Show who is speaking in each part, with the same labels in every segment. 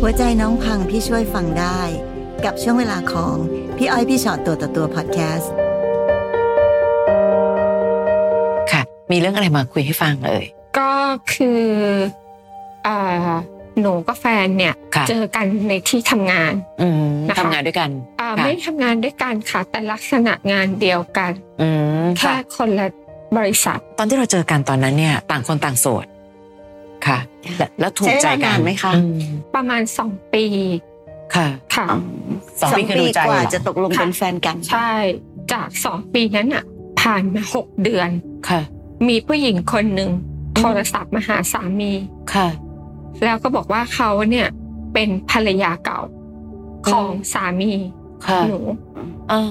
Speaker 1: หัวใจน้องพังพี่ช่วยฟังได้ กับช่วงเวลาของพี่อ้อยพี่ชอตตัวต่อตัวพอดแคสต์
Speaker 2: ค่ะ มีเรื่องอะไรมาคุยให้ฟังเอ่ย
Speaker 3: ก็คือเอ่อหนูกับแฟนเนี่ย
Speaker 2: ค่ะ
Speaker 3: เจอกันในที่ทำงาน
Speaker 2: อืม
Speaker 3: นะคะ
Speaker 2: ทำงานด้วยกัน
Speaker 3: เอ่อ
Speaker 2: ค่ะ
Speaker 3: ไม่ได้ทำงานด้วยกันค่ะแต่ลักษณะงานเดียวกัน
Speaker 2: อืม
Speaker 3: แค่
Speaker 2: ค่ะ
Speaker 3: คนละบริษัท
Speaker 2: ตอนที่เราเจอกันตอนนั้นเนี่ย ต่างคนต่างโสด ค่ะ และแล้วถูกใจ
Speaker 4: ใช้เว
Speaker 2: กัน
Speaker 4: ลาานนไหมคะ
Speaker 2: อืม
Speaker 3: ประมาณสองปี
Speaker 2: ค่ะ
Speaker 3: ค่ะ
Speaker 2: สองปีคือดูใจ
Speaker 4: ก
Speaker 2: เหร
Speaker 4: ว่า
Speaker 2: อ
Speaker 4: จะตกลง
Speaker 3: ค่ะ
Speaker 4: เป็นแฟนกัน
Speaker 3: ใช่จากสองปีนั้นอ่ะ ผ่านมาหกเดือน
Speaker 2: ค่ะ
Speaker 3: มีผู้หญิงคนหนึ่งโทรศัพท์มาหาสามี
Speaker 2: ค่ะ
Speaker 3: แล้วก็บอกว่าเขาเนี่ยเป็นภรรยาเก่าของสามี
Speaker 2: ค่ะ
Speaker 3: หนู
Speaker 2: อ่า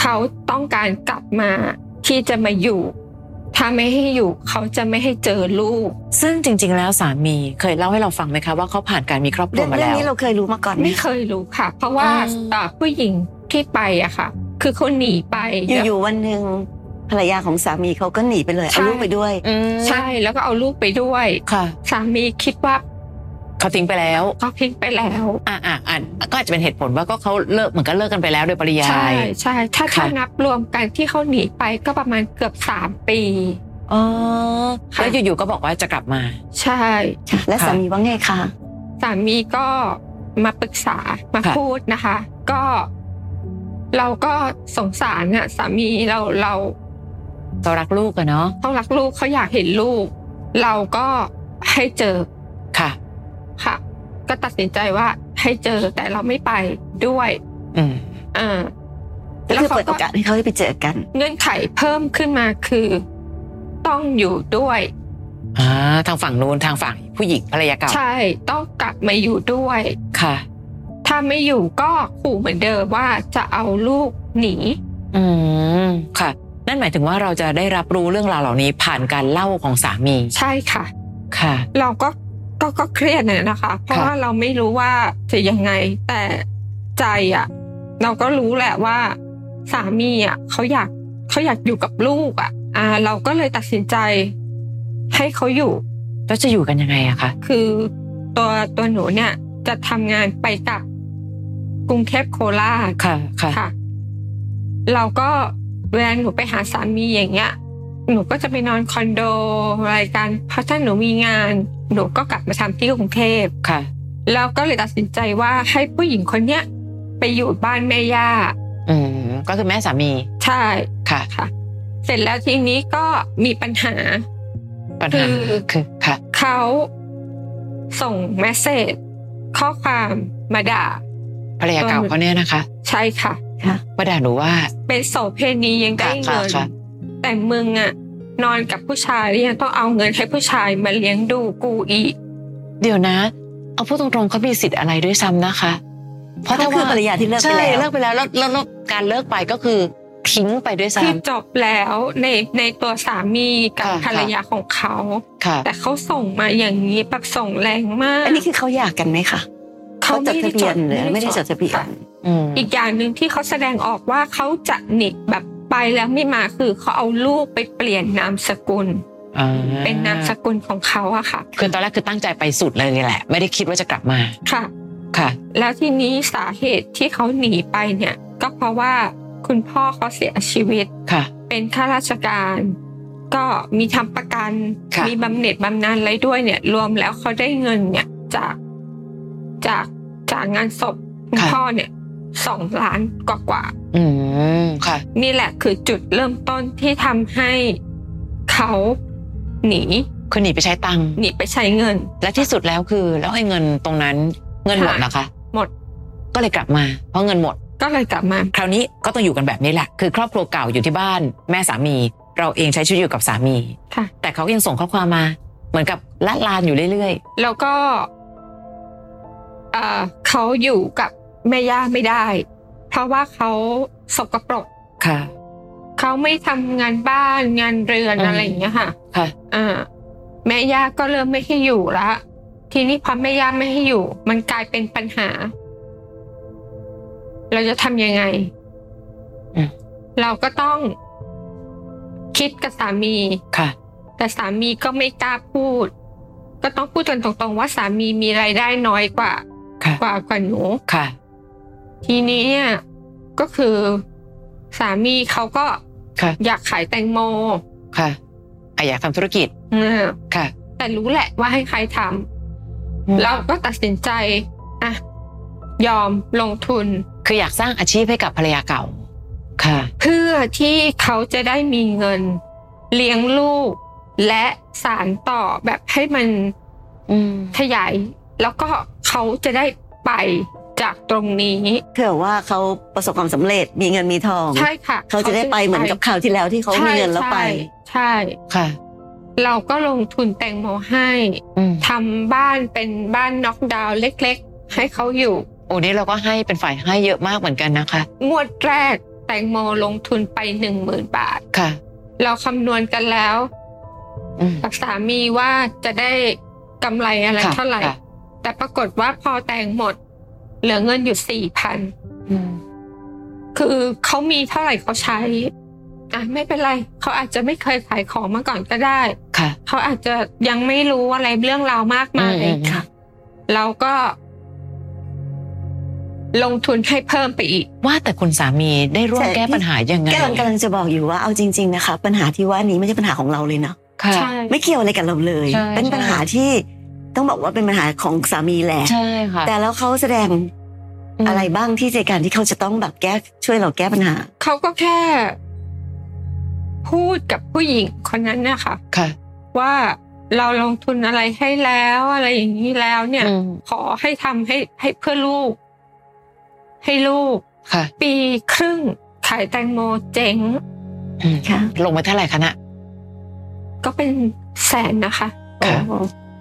Speaker 3: เขาต้องการกลับมาที่จะมาอยู่ ถ้าไม่ให้อยู่เขาจะไม่ให้เจอลูก
Speaker 2: ซึ่งจริง ๆ แล้วสามีเคยเล่าให้เราฟังไหมคะว่าเขาผ่านการมีครอบครั
Speaker 4: เรื่
Speaker 2: ว
Speaker 4: อง
Speaker 2: มา
Speaker 4: เรื่อ
Speaker 2: แล้
Speaker 4: ง
Speaker 2: ว
Speaker 4: นี้เราเคยรู้มาก่อนไหม
Speaker 3: ไม่เคยรู้ค่ะ เพราะว่า
Speaker 2: อ่า
Speaker 3: เอ่อผู้หญิงที่ไปอะค่ะ คือเขาหนีไป
Speaker 4: อยู่ๆวันหนึ่งภรรยาของสามีเขาก็หนีไปเลย
Speaker 3: ใช่
Speaker 4: เอาลูกไปด้วย
Speaker 2: อืม
Speaker 3: ใช่แล้วก็เอาลูกไปด้วย
Speaker 2: ค่ะ
Speaker 3: สามีคิดว่า
Speaker 2: เขาทิ้งไปแล้ว
Speaker 3: เขาทิ้งไปแล้ว
Speaker 2: อ่าอ่าอ่าก็อาจจะเป็นเหตุผลว่าก็เขาเลิกเหมือนกันเลิกกันไปแล้วโดยปริยา
Speaker 3: ใช่
Speaker 2: ย
Speaker 3: ใช่ถ้า
Speaker 2: ค่ะ
Speaker 3: ถ้านับรวมกันที่เขาหนีไปก็ประมาณเกือบสามปี
Speaker 2: อ๋อ
Speaker 3: ค่ะ
Speaker 2: แล้วอยู่ๆก็บอกว่าจะกลับมา
Speaker 3: ใช่
Speaker 4: และ
Speaker 2: ค่ะ
Speaker 4: สามีว่าไงคะ
Speaker 3: สามีก็มาปรึกษามา
Speaker 2: ค่ะ
Speaker 3: พูดนะคะ ก็ เราก็สงสารน่ะสามีเราเรา
Speaker 2: เรารักลูกกันเนาะ
Speaker 3: เขารักลูกเขาอยากเห็นลูก เราก็ให้เจอ
Speaker 2: ค่ะ
Speaker 3: ค่ะ ก็ตัดสินใจว่าให้เจอแต่เราไม่ไปด้วย
Speaker 2: อืม
Speaker 3: เอ่า
Speaker 4: ก็คือเปิดโอกาสให้เขาได้ไปเจอกัน
Speaker 3: เงื่อนไขเพิ่มขึ้นมาคือ ต้องอยู่ด้วย
Speaker 2: อ่าทางฝั่งนู้นทางฝั่งผู้หญิงภรรยาเก่า
Speaker 3: ใช่ต้องกลับมาอยู่ด้วย
Speaker 2: ค่ะ
Speaker 3: ถ้าไม่อยู่ก็ขู่เหมือนเดิมว่าจะเอาลูกหนี
Speaker 2: อืมค่ะ นั่นหมายถึงว่าเราจะได้รับรู้เรื่องราวเหล่านี้ผ่านการเล่าของสามี
Speaker 3: ใช่ค่ะ
Speaker 2: ค่ะ
Speaker 3: เราก็ก็ก็เครียดเนี่ยนะคะ เพราะ
Speaker 2: ค่ะ
Speaker 3: ว่าเราไม่รู้ว่าจะยังไง แต่ใจอ่ะ เราก็รู้แหละว่า สามีอ่ะเขาอยากเขาอยากอยู่กับลูกอ่ะ อ่า เราก็เลยตัดสินใจ ให้เขาอยู่
Speaker 2: แล้วจะอยู่กันยังไงอะคะ
Speaker 3: คือตัวตัวหนูเนี่ย จะทำงานไปกับกรุงเทพโคราช
Speaker 2: ค่ะค่ะ
Speaker 3: ค่ะ เราก็เวลาหนูไปหาสามีอย่างเงี้ย หนูก็จะไปนอนคอนโดอะไรกันเพราะถ้าหนูมีงาน หนูก็กลับมาทำที่กรุงเทพ
Speaker 2: ค่ะ
Speaker 3: แล้วก็เลยตัดสินใจว่าให้ผู้หญิงคนเนี้ยไปอยู่บ้านแม่ย่า
Speaker 2: อืมก็คือแม่สามี
Speaker 3: ใช่
Speaker 2: ค่ะ
Speaker 3: ค่ะ เสร็จแล้วทีนี้ก็มีปัญหา
Speaker 2: ปัญหา
Speaker 3: คือ
Speaker 2: คือค่ะ
Speaker 3: เขาส่งเมสเซจข้อความมาด่า
Speaker 2: ภรรยาเก่าเขาเนี่ยนะคะ
Speaker 3: ใช่ค่ะ
Speaker 2: ว่าด่าหนูว่า
Speaker 3: เป็นโสเพณียังได้
Speaker 2: ค่ะ
Speaker 3: เงิน
Speaker 2: ค่ะ
Speaker 3: แต่มึงอะนอนกับผู้ชายแล้วยังต้องเอาเงินให้ผู้ชายมาเลี้ยงดูกูอีก
Speaker 2: เดี๋ยวนะ เอาพูดตรงๆเขามีสิทธิ์อะไรด้วยซ้ำนะคะ เพราะ
Speaker 4: เขา
Speaker 2: ถ้า
Speaker 4: คือ
Speaker 2: ว่า
Speaker 4: ภรรยาที่เลิกไป
Speaker 2: ใช่
Speaker 4: แล้ว
Speaker 2: เลิกไปแล้วแล้วแล้วแล้วการเลิกไปก็คือทิ้งไปด้วยซ้
Speaker 3: ที่จบแล้วในในตัวสามีกับ
Speaker 2: ค่ะ
Speaker 3: ภรรยาของเขา
Speaker 2: ำค่ะ
Speaker 3: แต่เขาส่งมาอย่างนี้แบบส่งแรงมาก
Speaker 4: อันนี้คือเขาอยากกันไหมคะ
Speaker 3: เขา
Speaker 4: จ
Speaker 3: ไม่
Speaker 4: ด
Speaker 3: ได้
Speaker 4: ทะเบียนหรือไม่ได้จดทะเบียน
Speaker 3: ค่ะ
Speaker 2: อืม
Speaker 3: อีกอย่างหนึ่งที่เขาแสดงออกว่าเขาจะหนีแบบไปแล้วไม่มาคือเขาเอาลูกไปเปลี่ยนนามสกุล
Speaker 2: อ่า
Speaker 3: เป็นนามสกุลของเขาอะค่ะ
Speaker 2: คือตอนแรกคือตั้งใจไปสุดเลยนี่แหละ ไม่ได้คิดว่าจะกลับมา
Speaker 3: ค่ะ
Speaker 2: ค่ะ
Speaker 3: แล้วทีนี้สาเหตุที่เขาหนีไปเนี่ย ก็เพราะว่าคุณพ่อเขาเสียชีวิต
Speaker 2: ค่ะ
Speaker 3: เป็นข้าราชการ ก็มีทำประกัน
Speaker 2: ค่ะ
Speaker 3: มีบำเหน็จบำนาญอะไรด้วยเนี่ย รวมแล้วเขาได้เงินเนี่ยจากจากจากงานศพคุณพ่อเนี่ยสองล้านกว่ากว่า
Speaker 2: อืมค่ะ
Speaker 3: นี่แหละคือจุดเริ่มต้นที่ทำให้เขาหนี
Speaker 2: คือหนีไปใช้ตังค์
Speaker 3: หนีไปใช้เงิน
Speaker 2: และที่สุดแล้วคือ แล้วไอ้เงินตรงนั้นเงินหมดนะคะ
Speaker 3: หมด
Speaker 2: ก็เลยกลับมา เพราะเงินหมด
Speaker 3: ก็เลยกลับมา
Speaker 2: คราวนี้ก็ต้องอยู่กันแบบนี้แหละ คือครอบครัวเก่าอยู่ที่บ้าน แม่สามี เราเองใช้ชีวิตอยู่กับสามี
Speaker 3: ค่ะ
Speaker 2: แต่เขาก็ยังส่งข้อความมา เหมือนกับละลานอยู่เรื่อย
Speaker 3: แล้วก็เอ่อเขาอยู่กับแม่ย่าไม่ได้ เพราะว่าเขาสกปรก
Speaker 2: ๆ ค่ะ
Speaker 3: เขาไม่ทำงานบ้านงานเรือน
Speaker 2: อืม
Speaker 3: อะไรอย่างเงี้ยค่ะ
Speaker 2: ค่ะ
Speaker 3: อ่าแม่ย่าก็เริ่มไม่ให้อยู่ละทีนี้พอแม่ย่าไม่ให้อยู่ มันกลายเป็นปัญหา เราจะทำยังไง
Speaker 2: อืม
Speaker 3: เราก็ต้องคิดกับสามี
Speaker 2: ค่ะ
Speaker 3: แต่สามีก็ไม่กล้าพูด ก็ต้องพูดกันตรงๆว่าสามีมีรายได้น้อยกว่า
Speaker 2: ค่ะ
Speaker 3: กว่ากว่าหนู
Speaker 2: ค่ะ
Speaker 3: ทีนี้เนี่ยก็คือสามีเขาก็
Speaker 2: ค่ะ
Speaker 3: อยากขายแตงโม
Speaker 2: ค่ะอ่ะอยากทำธุรกิจ
Speaker 3: นะ
Speaker 2: ค่ะ
Speaker 3: แต่รู้แหละว่าให้ใครท
Speaker 2: อืม
Speaker 3: ำเราก็ตัดสินใจอ่ะยอมลงทุน
Speaker 2: คืออยากสร้างอาชีพให้กับภรรยาเก่า ค่ะ
Speaker 3: เพื่อที่เขาจะได้มีเงินเลี้ยงลูก และสารต่อแบบให้มัน
Speaker 2: อืม
Speaker 3: ขยาย แล้วก็เขาจะได้ไปจากตรงนี้
Speaker 4: เผื่อว่าเขาประสบความสำเร็จมีเงินมีทอง
Speaker 3: ใช่ค่ะ
Speaker 4: เขาจะได้ไปเหมือนกับคราวที่แล้วที่เขามีเงินแล้วไป
Speaker 3: ใช่ใช่
Speaker 2: ค่ะ
Speaker 3: เราก็ลงทุนแตงโมให้
Speaker 2: อืม
Speaker 3: ทำบ้านเป็นบ้านน็อกดาวน์เล็กๆ ให้เขาอยู่
Speaker 2: โอ้นี่เราก็ให้เป็นฝ่ายให้เยอะมากเหมือนกันนะคะ
Speaker 3: งวดแรกแตงโมลงทุนไปหนึ่งหมื่นบาท
Speaker 2: ค่ะ
Speaker 3: เราคำนวณกันแล้ว
Speaker 2: อืม
Speaker 3: กับสามีว่าจะได้กำไรอะไร
Speaker 2: ค่ะ
Speaker 3: เท่าไหร่
Speaker 2: ค่ะ
Speaker 3: แต่ปรากฏว่าพอแตงหมด เหลือเงินอยู่สี่พัน
Speaker 2: อืม
Speaker 3: คือเขามีเท่าไหร่เขาใช้อ่ะไม่เป็นไร เขาอาจจะไม่เคยขายของมาก่อนก็ได้
Speaker 2: ค่ะ
Speaker 3: เขาอาจจะยังไม่รู้อะไรเรื่องราวมากมาย
Speaker 2: อืมอืม
Speaker 3: ค่ะ เราก็ ลงทุนให้เพิ่มไปอีก
Speaker 2: ว่าแต่คุณสามีได้ร่วม
Speaker 4: ใช่
Speaker 2: แก้ปัญหายังไง
Speaker 4: แกกำลังจะบอกอยู่ว่าเอาจริง ๆ นะคะ ปัญหาที่ว่านี้ไม่ใช่ปัญหาของเราเลยนะ
Speaker 2: ค่ะ
Speaker 4: ไม่เกี่ยวอะไรกับเราเลย
Speaker 2: ใช่
Speaker 4: เป็นปัญหา
Speaker 2: ใช่
Speaker 4: ที่ต้องบอกว่าเป็นปัญหาของสามีแหละ
Speaker 2: ใช่ค่ะ
Speaker 4: แต่แล้วเขาแสดง
Speaker 2: ม
Speaker 4: อะไรบ้างที่ในการที่เขาจะต้องแบบแก้ช่วยเราแก้ปัญหา
Speaker 3: เขาก็แค่ พูดกับผู้หญิงคนนั้นนะคะ
Speaker 2: ค่ะ
Speaker 3: ว่าเราลงทุนอะไรให้แล้วอะไรอย่างนี้แล้วเนี่ย
Speaker 2: อืม
Speaker 3: ขอให้ทำให้ให้เพื่อลูก ให้ลูก
Speaker 2: ค่ะ
Speaker 3: ปีครึ่งขายแตงโมเจ๊ง
Speaker 2: อืม
Speaker 4: ค่ะ
Speaker 2: ลงไปเท่าไหร่คะนะ
Speaker 3: ก็เป็นแสนนะคะ
Speaker 2: ค่ะ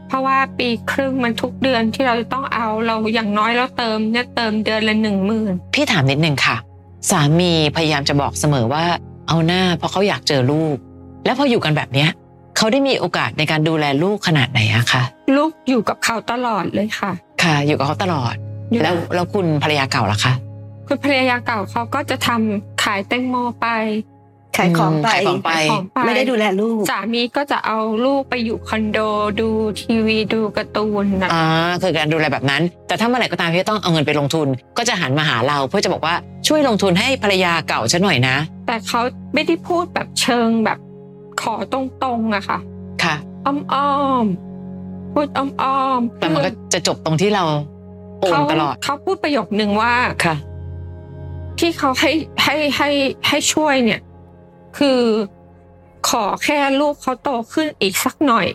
Speaker 3: เพราะว่าปีครึ่งมันทุกเดือนที่เราจะต้องเอาเราอย่างน้อยเราเติมเนี่ยเติมเดือนละหนึ่งหมื่น
Speaker 2: พี่ถามนิดนึงค่ะ สามีพยายามจะบอกเสมอว่า เอาหน้าเพราะเขาอยากเจอลูก แล้วพออยู่กันแบบเนี้ยเขาได้มีโอกาสในการดูแลลูกขนาดไหนอะคะ
Speaker 3: ลูกอยู่กับเขาตลอดเลยค่ะ
Speaker 2: ค่ะ อยู่กับเขาตลอด
Speaker 3: อยู่
Speaker 2: แล้วแล้วคุณภรรยาเก่าล่ะคะ
Speaker 3: คุณภรรยาเก่าเขาก็จะทำขายแตงโมไป
Speaker 4: ขายของไป
Speaker 2: ขายของไป
Speaker 3: ขายของไป
Speaker 4: ไม่ได้ดูแลลูก
Speaker 3: สามีก็จะเอาลูกไปอยู่คอนโดดูทีวีดูการ์ตูนนะ
Speaker 2: อ่าคือการดูแลแบบนั้น แต่ถ้าเมื่อไหร่ก็ตามที่ต้องเอาเงินไปลงทุน ก็จะหันมาหาเราเพื่อจะบอกว่าช่วยลงทุนให้ภรรยาเก่าฉันหน่อยนะ
Speaker 3: แต่เขาไม่ได้พูดแบบเชิงแบบขอตรงๆอะค่ะ
Speaker 2: ค่ะ
Speaker 3: อ้อมๆพูดอ้อมๆ
Speaker 2: แต่มันก็จะจบตรงที่เราโอน
Speaker 3: เขา
Speaker 2: ตลอด
Speaker 3: เขาพูดประโยคนึงว่า
Speaker 2: ค่ะ
Speaker 3: ที่เขาให้ให้ให้ให้ช่วยเนี่ย คือขอแค่ลูกเขาโตขึ้นอีกสักหน่อย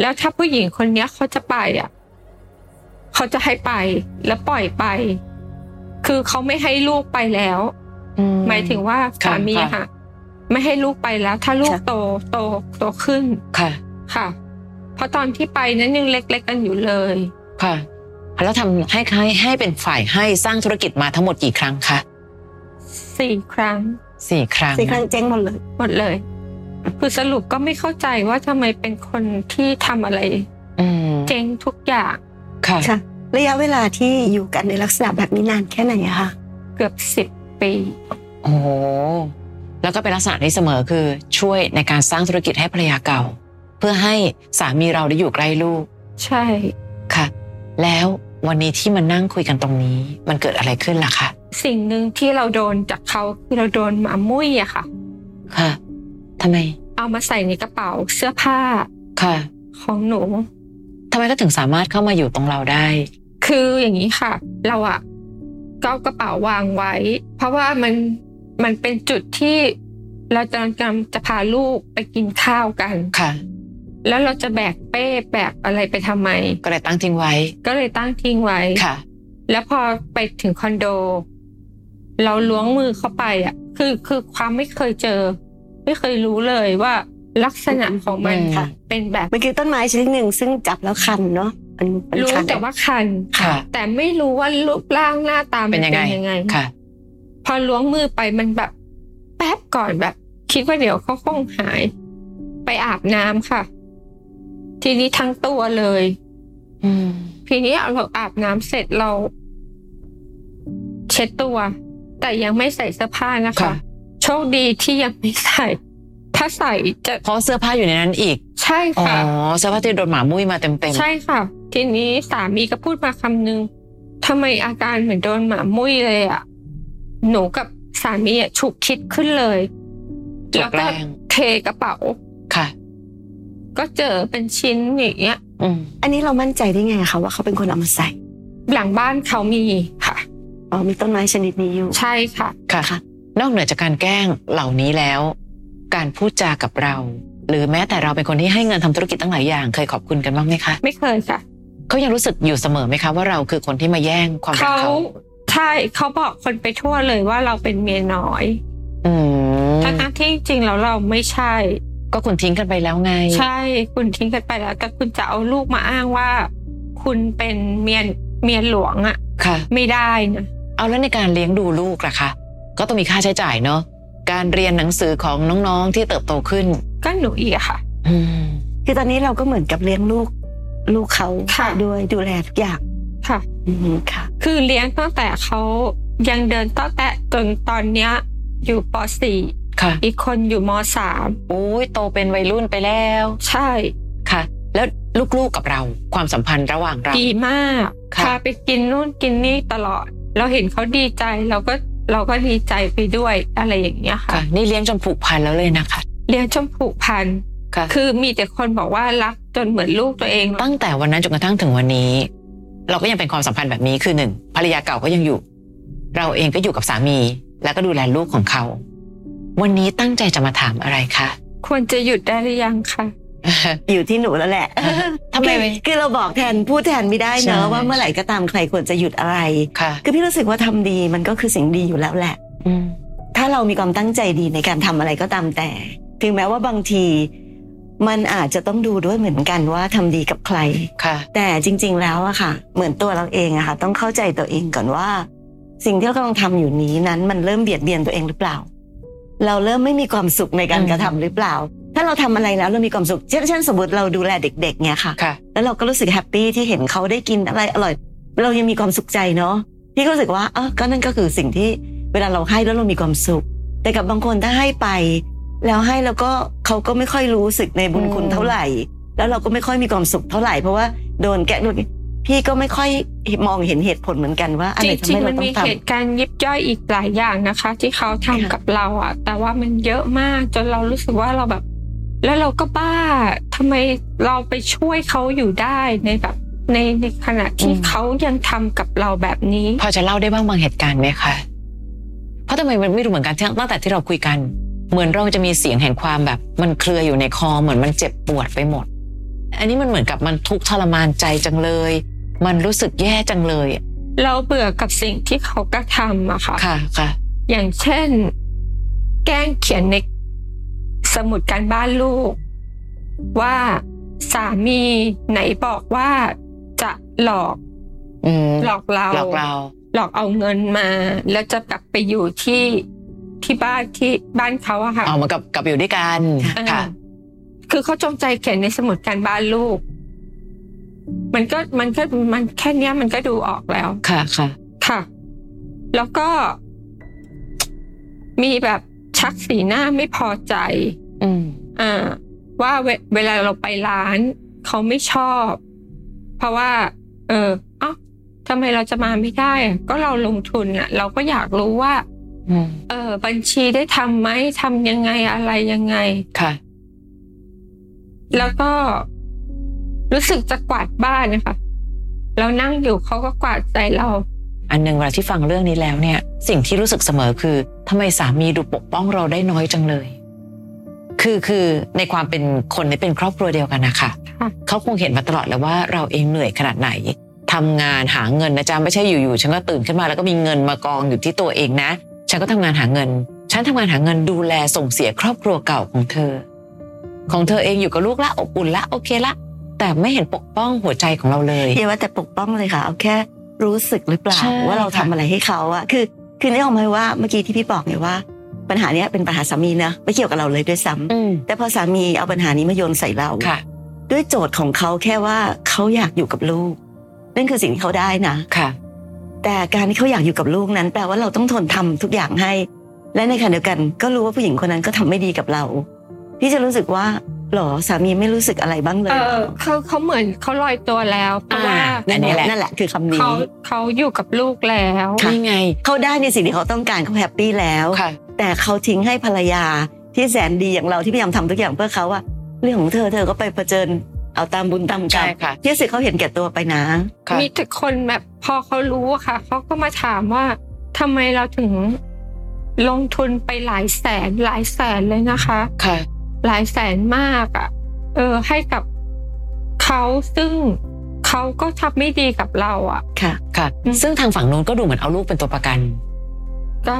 Speaker 3: แล้วถ้าผู้หญิงคนเนี้ยเขาจะไปอ่ะเขาจะให้ไปแล้วปล่อยไป คือเขาไม่ให้ลูกไปแล้ว หมายถึงว่า
Speaker 2: ค่ะ
Speaker 3: สามี
Speaker 2: ค่ะ
Speaker 3: ค่ะ ไม่ให้ลูกไปแล้ว ถ้าลูก
Speaker 4: ค่ะ
Speaker 3: โตโตโตขึ้น
Speaker 2: ค่ะ
Speaker 3: ค่ะ เพราะตอนที่ไปนั้นยังเล็ก ๆ กันอยู่เลย
Speaker 2: ค่ะ แล้วทำให้ให้ให้เป็นฝ่ายให้สร้างธุรกิจมาทั้งหมดกี่ครั้งคะ
Speaker 3: สี่ครั้ง
Speaker 2: สี่ครั้ง
Speaker 4: สี่ครั้งเจ๊งหมดเลย
Speaker 3: หมดเลย คือสรุปก็ไม่เข้าใจว่าทำไมเป็นคนที่ทำอะไร
Speaker 2: อืม
Speaker 3: เจ๊งทุกอย่าง
Speaker 2: ค่ะ
Speaker 4: ค่ะ ระยะเวลาที่อยู่กันในลักษณะแบบนี้นานแค่ไหนอะคะ
Speaker 3: เกือบสิบปี
Speaker 2: โอ้โห แล้วก็เป็นลักษณะนี้เสมอคือช่วยในการสร้างธุรกิจให้ภรรยาเก่า เพื่อให้สามีเราได้อยู่ใกล้ลูก
Speaker 3: ใช่
Speaker 2: ค่ะ แล้ววันนี้ที่มานั่งคุยกันตรงนี้ มันเกิดอะไรขึ้นล่ะคะ
Speaker 3: สิ่งหนึ่งที่เราโดนจากเขาคือเราโดนหมามุ่ยอะค่ะ
Speaker 2: ค่ะทำไม
Speaker 3: เอามาใส่ในกระเป๋าเสื้อผ้า
Speaker 2: ค่ะ
Speaker 3: ของหนู
Speaker 2: ทำไมก็ถึงสามารถเข้ามาอยู่ตรงเราได้
Speaker 3: คืออย่างนี้ค่ะ เราอะก็เอากระเป๋าวางไว้ เพราะว่ามันมันเป็นจุดที่เราจะกำลังจะพาลูกไปกินข้าวกัน
Speaker 2: ค่ะ
Speaker 3: แล้วเราจะแบกเป้แบกอะไรไปทำไม
Speaker 2: ก็เลยตั้งทิ้งไว้
Speaker 3: ก็เลยตั้งทิ้งไว้
Speaker 2: ค่ะ
Speaker 3: แล้วพอไปถึงคอนโด เราล้วงมือเข้าไปอ่ะ คือคือความไม่เคยเจอ ไม่เคยรู้เลยว่าลักษณะของมัน
Speaker 2: อืม
Speaker 3: ค่ะ เป็นแบบ
Speaker 4: มันคือต้นไม้ชนิดหนึ่งซึ่งจับแล้วคันเนาะมันมัน
Speaker 3: รู้
Speaker 4: คัน
Speaker 3: แต่ว่าคัน
Speaker 2: ค่ะ
Speaker 3: แต่ไม่รู้ว่ารูปร่างหน้าตามัน
Speaker 2: เป็
Speaker 3: เป็นน
Speaker 2: ยั
Speaker 3: ยัง
Speaker 2: ไง
Speaker 3: งไง
Speaker 2: ค่ะ
Speaker 3: พอล้วงมือไปมันแบบ แป๊บก่อนแบบ คิดว่าเดี๋ยวเขาคงหาย ไปอาบน้ำค่ะ ทีนี้ทั้งตัวเลย
Speaker 2: อืม
Speaker 3: ทีนี้เราอาบน้ำเสร็จเรา เช็ดตัว แต่ยังไม่ใส่เสื้อผ้านะคะ
Speaker 2: ค่ะ
Speaker 3: โชคดีที่ยังไม่ใส่ ถ้าใส่จะ
Speaker 2: เพราะเสื้อผ้าอยู่ในนั้นอีก
Speaker 3: ใช่
Speaker 2: อ๋อ
Speaker 3: ค่ะ
Speaker 2: เสื้อผ้าที่โดนหมามุ้ยมาเต็มๆ
Speaker 3: ใช่ค่ะ ทีนี้สามีก็พูดมาคำนึงทำไมอาการเหมือนโดนหมามุ้ยเลยอ่ะหนูกับสามีอะฉุกคิดขึ้นเลย
Speaker 2: ฉุ
Speaker 3: แล้ว
Speaker 2: กแร
Speaker 3: ก็
Speaker 2: ง
Speaker 3: เทกระเป๋า
Speaker 2: ค่ะ
Speaker 3: ก็เจอเป็นชิ้นอย่างเงี้ย
Speaker 2: อืม
Speaker 4: อันนี้เรามั่นใจได้ไงคะว่าเขาเป็นคนเอามาใส่
Speaker 3: หลังบ้านเขามีค่ะ
Speaker 4: อ๋อมีต้นไม้ชนิดนี้อยู่
Speaker 3: ใช่ค่ะ
Speaker 2: ค่ะ
Speaker 4: ค่ะ
Speaker 2: นอกเหนือจากการแกล้งเหล่านี้แล้ว การพูดจากับเรา หรือแม้แต่เราเป็นคนที่ให้เงินทำธุรกิจตั้งหลายอย่างเคยขอบคุณกันบ้างไหมคะ
Speaker 3: ไม่เคยค่ะ
Speaker 2: เขายังรู้สึกอยู่เสมอไหมคะว่าเราคือคนที่มาแย่งความรัก
Speaker 3: เขา
Speaker 2: เขา
Speaker 3: ใช่เขาบอกคนไปทั่วเลยว่าเราเป็นเมียน้อย
Speaker 2: อืม
Speaker 3: ทั้งๆที่จริงๆแล้วเราไม่ใช่
Speaker 2: ก็คุณทิ้งกันไปแล้วไง
Speaker 3: ใช่คุณทิ้งกันไปแล้ว แต่คุณจะเอาลูกมาอ้างว่า คุณเป็นเมียเมียหลวงอะ
Speaker 2: ค่ะ
Speaker 3: ไม่ได้นะ
Speaker 2: เอาแล้วในการเลี้ยงดูลูกล่ะคะ ก็ต้องมีค่าใช้จ่ายเนาะการเรียนหนังสือของน้องๆที่เติบโตขึ้น
Speaker 3: ก็หนูอีกอะค่ะ
Speaker 2: อืม
Speaker 4: คือตอนนี้เราก็เหมือนกับเลี้ยงลูก ลูกเขา
Speaker 3: ค่ะ
Speaker 4: ด้วยดูแลทุกอย่าง
Speaker 3: ค่ะ
Speaker 4: อืมค่ะ
Speaker 3: คือเลี้ยงตั้งแต่เขายังเดินตั้งแต่จนตอนเนี้ย อยู่ป .4
Speaker 2: ค่ะ
Speaker 3: อีกคนอยู่ม
Speaker 2: อุ้ยโตเป็นวัยรุ่นไปแล้ว
Speaker 3: .3 ใช่
Speaker 2: ค่ะ แล้วลูกๆกับเรา ความสัมพันธ์ระหว่างเรา
Speaker 3: ดีมาก
Speaker 2: ค่ะ
Speaker 3: พาไปกินนู่นกินนี่ตลอด เราเห็นเขาดีใจเราก็เราก็ดีใจไปด้วยอะไรอย่างเงี้ยค่ะ
Speaker 2: ค่ะ นี่เลี้ยงจนผูกพันแล้วเลยนะคะ
Speaker 3: เลี้ยงจนผูกพัน
Speaker 2: ค่ะ
Speaker 3: คือมีแต่คนบอกว่ารักจนเหมือนลูกตัวเอง
Speaker 2: ตั้งแต่วันนั้นจนกระทั่งถึงวันนี้ เราก็ยังเป็นความสัมพันธ์แบบนี้คือหนึ่งภรรยาเก่าก็ยังอยู่ เราเองก็อยู่กับสามี แล้วก็ดูแลลูกของเขา วันนี้ตั้งใจจะมาถามอะไรคะ
Speaker 3: ควรจะหยุดได้หรือยังคะ
Speaker 4: อยู่ที่หนูแล้วแหละ
Speaker 2: อ่าฮะทำไม
Speaker 4: คือคือเราบอกแทนพูดแทนไม่ได้เน
Speaker 2: ใช่
Speaker 4: อะว่าเมื่อไหร่ก็ตามใครควรจะหยุดอะไร
Speaker 2: ค่ะ
Speaker 4: คือพี่รู้สึกว่าทำดีมันก็คือสิ่งดีอยู่แล้วแหละ
Speaker 2: อืม
Speaker 4: ถ้าเรามีความตั้งใจดีในการทำอะไรก็ตามแต่ ถึงแม้ว่าบางที มันอาจจะต้องดูด้วยเหมือนกันว่าทำดีกับใคร
Speaker 2: ค่ะ
Speaker 4: แต่จริง ๆ แล้วอะค่ะ เหมือนตัวเราเองอะค่ะ ต้องเข้าใจตัวเองก่อนว่า สิ่งที่เรากำลังทำอยู่นี้นั้น มันเริ่มเบียดเบียนตัวเองหรือเปล่า เราเริ่มไม่มีความสุขในการ
Speaker 2: อืม
Speaker 4: กระทำหรือเปล่า ถ้าเราทำอะไรแล้วเรามีความสุขเช่นเช่นสมมติเราดูแลเด็ก ๆเนี่ยค่ะ
Speaker 2: ค่ะ
Speaker 4: แล้วเราก็รู้สึกแฮปปี้ที่เห็นเขาได้กินอะไรอร่อย เรายังมีความสุขใจเนาะพี่ก็รู้สึกว่าเออก็นั่นก็คือสิ่งที่เวลาเราให้แล้วเรามีความสุข แต่กับบางคนถ้าให้ไป แล้วให้แล้วก็เขาก็ไม่ค่อยรู้สึกในบุญคุณ
Speaker 2: อืม
Speaker 4: เท่าไหร่ แล้วเราก็ไม่ค่อยมีความสุขเท่าไหร่เพราะว่าโดนแกะโดนพี่ก็ไม่ค่อยมองเห็นเหตุผลเหมือนกันว่าอะ
Speaker 3: จ
Speaker 4: ไรทำ
Speaker 3: ริง
Speaker 4: ให้
Speaker 3: ๆ มั
Speaker 4: เรา
Speaker 3: น
Speaker 4: ต้อ
Speaker 3: มี
Speaker 4: ง
Speaker 3: เห
Speaker 4: ทำ
Speaker 3: ตุการณ์ยิบย่อยอีกหลายอย่างนะคะ ที่เขาทำ
Speaker 4: ค่ะ
Speaker 3: กับเราอ่ะ แต่ว่ามันเยอะมากจนเรารู้สึกว่าเราแบบ แล้วเราก็บ้าทำไมเราไปช่วยเขาอยู่ได้ในแบบในในขณะที่
Speaker 2: อืม
Speaker 3: เขายังทำกับเราแบบนี้
Speaker 2: พอจะเล่าได้บ้างบางเหตุการณ์ไหมคะ เพราะทำไมมันไม่รู้เหมือนกันที่ตั้งแต่ที่เราคุยกัน เหมือนเราจะมีเสียงแห่งความแบบ มันเคลืออยู่ในคอเหมือนมันเจ็บปวดไปหมด อันนี้มันเหมือนกับมันทุกข์ทรมานใจจังเลย มันรู้สึกแย่จังเลย
Speaker 3: เราเบื่อกับสิ่งที่เขากระทำอะค่ะ
Speaker 2: ค่ะค่ะ
Speaker 3: อย่างเช่น แกล้งเขียนในสมุดการบ้านลูก ว่าสามีไหนบอกว่าจะหลอก
Speaker 2: อืม
Speaker 3: หลอกเรา
Speaker 2: หลอกเรา
Speaker 3: หลอกเอาเงินมา แล้วจะกลับไปอยู่ที่ที่บ้านที่บ้านเขาอะค่ะ
Speaker 2: เอามากับกับอยู่ด้วยกัน
Speaker 3: เออ
Speaker 2: ค่ะ
Speaker 3: คือเขาจงใจเขียนในสมุดการบ้านลูก มันก็มันก็มันแค่เนี้ยมันก็ดูออกแล้ว
Speaker 2: ค่ะค่ะ
Speaker 3: ค่ะ แล้วก็ มีแบบชักสีหน้าไม่พอใจ
Speaker 2: อืม
Speaker 3: อ่า ว่าเวเวลาเราไปร้าน เขาไม่ชอบ เพราะว่า เออเอ้าทำไมเราจะมาไม่ได้อะก็เราลงทุนอ่ะ เราก็อยากรู้ว่า
Speaker 2: อืม
Speaker 3: เออ บัญชีได้ทำไหมทำยังไงอะไรยังไง
Speaker 2: ค่ะ
Speaker 3: แล้วก็รู้สึกจะกวาดบ้านนะคะเรานั่งอยู่เขาก็กวาดใส่เรา
Speaker 2: อันหนึ่งเวลาที่ฟังเรื่องนี้แล้วเนี่ย สิ่งที่รู้สึกเสมอคือทำไมสามีดูปกป้องเราได้น้อยจังเลย คือคือในความเป็นคนในเป็นครอบครัวเดียวกันนะคะ
Speaker 3: ค่ะ
Speaker 2: เขาคงเห็นมาตลอดแล้วว่าเราเองเหนื่อยขนาดไหนทำงานหาเงินนะจ๊ะไม่ใช่อยู่ๆฉันก็ตื่นขึ้นมาแล้วก็มีเงินมากองอยู่ที่ตัวเองนะ ฉันก็ทำงานหาเงิน ฉันทำงานหาเงินดูแลส่งเสียครอบครัวเก่าของเธอ ของเธอเองอยู่กับลูกละอบอุ่นละโอเคละ แต่ไม่เห็นปกป้องหัวใจของเราเลย
Speaker 4: อย่าว่าแต่ปกป้องเลยค่ะ เอาแค่รู้สึกหรือเปล่า
Speaker 2: ใช่
Speaker 4: ว่าเราทำอะไรให้เขาอะคือคือนึกออกไหมว่าเมื่อกี้ที่พี่บอกไงว่า ปัญหาเนี้ยเป็นปัญหาสามีนะไม่เกี่ยวกับเราเลยด้วยซ้ำ
Speaker 2: อืม
Speaker 4: แต่พอสามีเอาปัญหานี้มาโยนใส่เรา
Speaker 2: ค่ะ
Speaker 4: ด้วยโจทย์ของเขาแค่ว่าเขาอยากอยู่กับลูกนั่นคือสิ่งที่เขาได้นะ
Speaker 2: ค่ะ
Speaker 4: แต่การที่เขาอยากอยู่กับลูกนั้น แปลว่าเราต้องทนทำทุกอย่างให้ และในขณะเดียวกันก็รู้ว่าผู้หญิงคนนั้นก็ทำไม่ดีกับเรา พี่จะรู้สึกว่า หรอสามีไม่รู้สึกอะไรบ้างเลย
Speaker 3: เอ
Speaker 4: หร
Speaker 3: อ
Speaker 4: อ
Speaker 3: เขาเขาเหมือนเขาลอยตัวแล้วเพราะว่า
Speaker 2: อ่า นนี้แหละ
Speaker 4: นั่นแหละคือคำนี้
Speaker 3: เขาเขาอยู่กับลูกแล้ว
Speaker 4: ค่ะ
Speaker 2: นี่ไง
Speaker 4: เขาได้ในสิ่งที่เขาต้องการเขาแฮปปี้แล้ว
Speaker 2: ค่ะ
Speaker 4: แต่เขาทิ้งให้ภรรยาที่แสนดีอย่างเราที่พยายามทำทุกอย่างเพื่อเขาว่า เรื่องของเธอเธอก็ไปเผชิญเอาตามบุญตามกรร
Speaker 2: ใช่
Speaker 4: ม
Speaker 2: ค่ะ
Speaker 4: ที่สิเขาเห็นแก่ตัวไปนะ
Speaker 2: ค่ะ
Speaker 3: มีแต่คนแบบพอเขารู้อะค่ะเขาก็มาถามว่าทำไมเราถึงลงทุนไปหลายแสนหลายแสนเลยนะคะ
Speaker 2: ค่ะ
Speaker 3: หลายแสนมากอะ่ะ เออ ให้กับเขาซึ่งเขาก็ทำไม่ดีกับเราอะ่ะ
Speaker 4: ค่ะ
Speaker 2: ค่ะ
Speaker 3: อืม
Speaker 2: ซึ่งทางฝั่งนู้นก็ดูเหมือนเอาลูกเป็นตัวประกัน
Speaker 3: ก็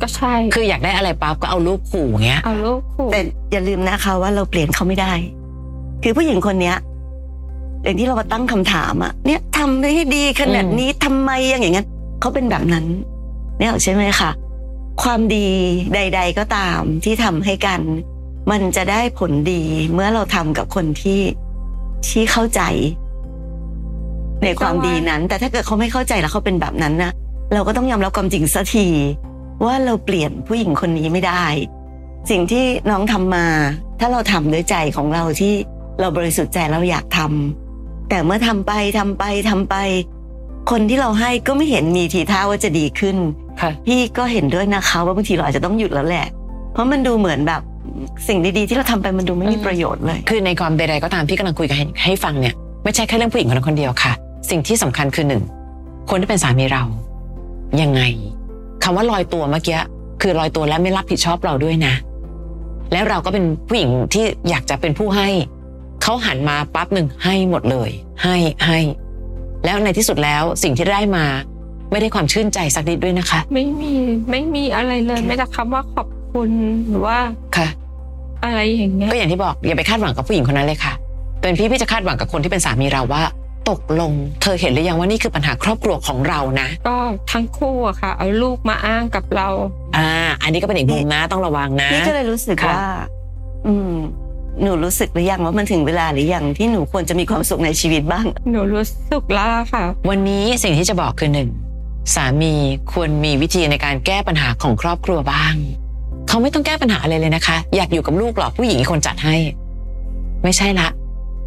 Speaker 3: ก็ใช่
Speaker 2: คืออยากได้อะไรปั๊บก็เอาลูกขู่อย่างเงี้ย
Speaker 3: เอาลูกคู่
Speaker 4: แต่อย่าลืมนะคะว่าเราเปลี่ยนเขาไม่ได้ คือผู้หญิงคนเนี้ยอย่างที่เรามาตั้งคำถามอะเนี่ยทำไม่ให้ดีขนาดนี้ทำไมอยังอย่างนั้นเขาเป็นแบบนั้นเนี่ยใช่ไหมคะความดีใด ๆ ก็ตามที่ทำให้กัน มันจะได้ผลดีเมื่อเราทำกับคนที่ที่เข้าใจ ในความดีนั้น แต่ถ้าเกิดเขาไม่เข้าใจแล้วเขาเป็นแบบนั้นนะเราก็ต้องยอมรับความจริงสักที ว่าเราเปลี่ยนผู้หญิงคนนี้ไม่ได้ สิ่งที่น้องทำมา ถ้าเราทำด้วยใจของเราที่เราบริสุทธิ์ใจเราอยากทำแต่เมื่อทำไปทำไปทำไป คนที่เราให้ก็ไม่เห็นมีทีท่าว่าจะดีขึ้น
Speaker 2: ค่ะ
Speaker 4: พี่ก็เห็นด้วยนะคะว่าบางทีเราอาจจะต้องหยุดแล้วแหละ เพราะมันดูเหมือนแบบสิ่งดีๆที่เราทำไปมันดูไม่มีประโยชน์เลย
Speaker 2: คือในความใดๆก็ตามที่กำลังคุยกันให้ให้ฟังเนี่ย ไม่ใช่แค่เรื่องผู้หญิงคนนั้นคนเดียวค่ะ สิ่งที่สำคัญคือหนึ่งคนที่เป็นสามีเรา ยังไงคำว่าลอยตัวเมื่อกี้คือลอยตัวและไม่รับผิดชอบเราด้วยนะ แล้วเราก็เป็นผู้หญิงที่อยากจะเป็นผู้ให้เขาหันมาปั๊บหนึ่งให้หมดเลย ให้ให้ แล้วในที่สุดแล้วสิ่งที่ได้มา ไม่ได้ความชื่นใจสักนิดด้วยนะคะ
Speaker 3: ไม่มีไม่มีอะไรเลยไม่แต่คำว่าขอบคุณหรือว่า
Speaker 2: ค่ะ
Speaker 3: อะไรอย่างเงี้ย
Speaker 2: ก็อย่างที่บอกอย่าไปคาดหวังกับผู้หญิงคนนั้นเลยค่ะ เป็นพี่พี่จะคาดหวังกับคนที่เป็นสามีเราว่า ตกลง เธอเห็นหรือยังว่านี่คือปัญหาครอบครัวของเรานะ
Speaker 3: ก็ทั้งคู่อะค่ะ เอาลูกมาอ้างกับเรา
Speaker 2: อ่า อันนี้ก็เป็นอีกมุมนะต้องระวังนะ
Speaker 4: พี่ก็เลยรู้สึก
Speaker 2: ค่ะ
Speaker 4: ว่า อืม หนูรู้สึกหรือยังว่ามันถึงเวลาหรือยังที่หนูควรจะมีความสุขในชีวิตบ้าง
Speaker 3: หนูรู้สึกแล้วอะค่ะ
Speaker 2: วันนี้สิ่งที่จะบอกคือหนึ่งสามีควรมีวิธีในการแก้ปัญหาของครอบครัวบ้าง เขาไม่ต้องแก้ปัญหาอะไรเลยนะคะ อยากอยู่กับลูกหรอกผู้หญิงอีกคนจัดให้ ไม่ใช่ละ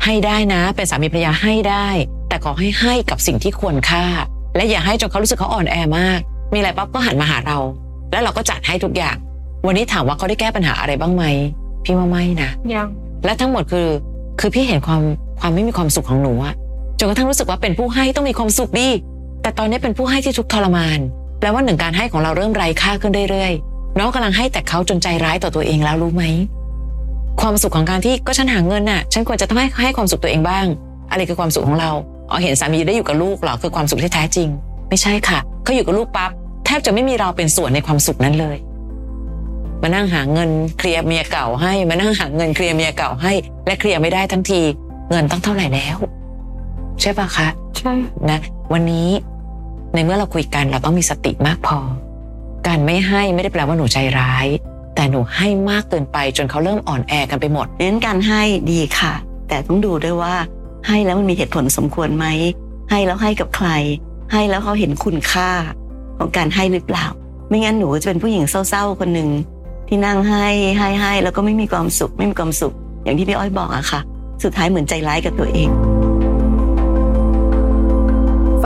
Speaker 2: ให้ได้นะ เป็นสามีภรรยาให้ได้ แต่ขอให้ให้กับสิ่งที่ควรค่า และอย่าให้จนเขารู้สึกเขาอ่อนแอมาก มีอะไรปั๊บก็หันมาหาเรา แล้วเราก็จัดให้ทุกอย่าง วันนี้ถามว่าเขาได้แก้ปัญหาอะไรบ้างไหมพี่ว่าไม่นะ
Speaker 3: ยัง
Speaker 2: และทั้งหมดคือ คือพี่เห็นความความไม่มีความสุขของหนูอะจนกระทั่งรู้สึกว่าเป็นผู้ให้ต้องมีความสุขดี แต่ตอนนี้เป็นผู้ให้ที่ทุกข์ทรมานแปลว่าหนึ่งการให้ของเราเริ่มไร้ค่าขึ้นเรื่อยๆน้องกำลังให้แต่เขาจนใจร้ายต่อตัวเองแล้วรู้ไหมความสุขของการที่ก็ฉันหาเงินน่ะ ฉันควรจะต้องให้ให้ความสุขตัวเองบ้าง อะไรคือความสุขของเราอ๋อเห็นสามีได้อยู่กับลูกเหรอคือความสุขที่แท้จริง ไม่ใช่ค่ะเขาอยู่กับลูกปั๊บแทบจะไม่มีเราเป็นส่วนในความสุขนั้นเลย มานั่งหาเงินเคลียร์เมียเก่าให้มานั่งหาเงินเคลียร์เมียเก่าให้ และเคลียร์ไม่ได้ทั้งที เงินต้องเท่าไหร่แล้ว ใช่ปะคะ
Speaker 3: ใช่
Speaker 2: นะวันนี้ในเมื่อเราคุยกันเราต้องมีสติมากพอ การไม่ให้ไม่ได้แปลว่าหนูใจร้าย แต่หนูให้มากเกินไปจนเขาเริ่มอ่อนแอกันไปหมด
Speaker 4: เน้นการให้ดีค่ะ แต่ต้องดูด้วยว่า ให้แล้วมันมีเหตุผลสมควรไหม ให้แล้วให้กับใคร ให้แล้วเขาเห็นคุณค่าของการให้หรือเปล่า ไม่งั้นหนูจะเป็นผู้หญิงเศร้าๆคนหนึ่งที่นั่งให้ให้ให้แล้วก็ไม่มีความสุข ไม่มีความสุข อย่างที่พี่อ้อยบอกอะค่ะ สุดท้ายเหมือนใจร้ายกับตัวเอง
Speaker 5: ฟ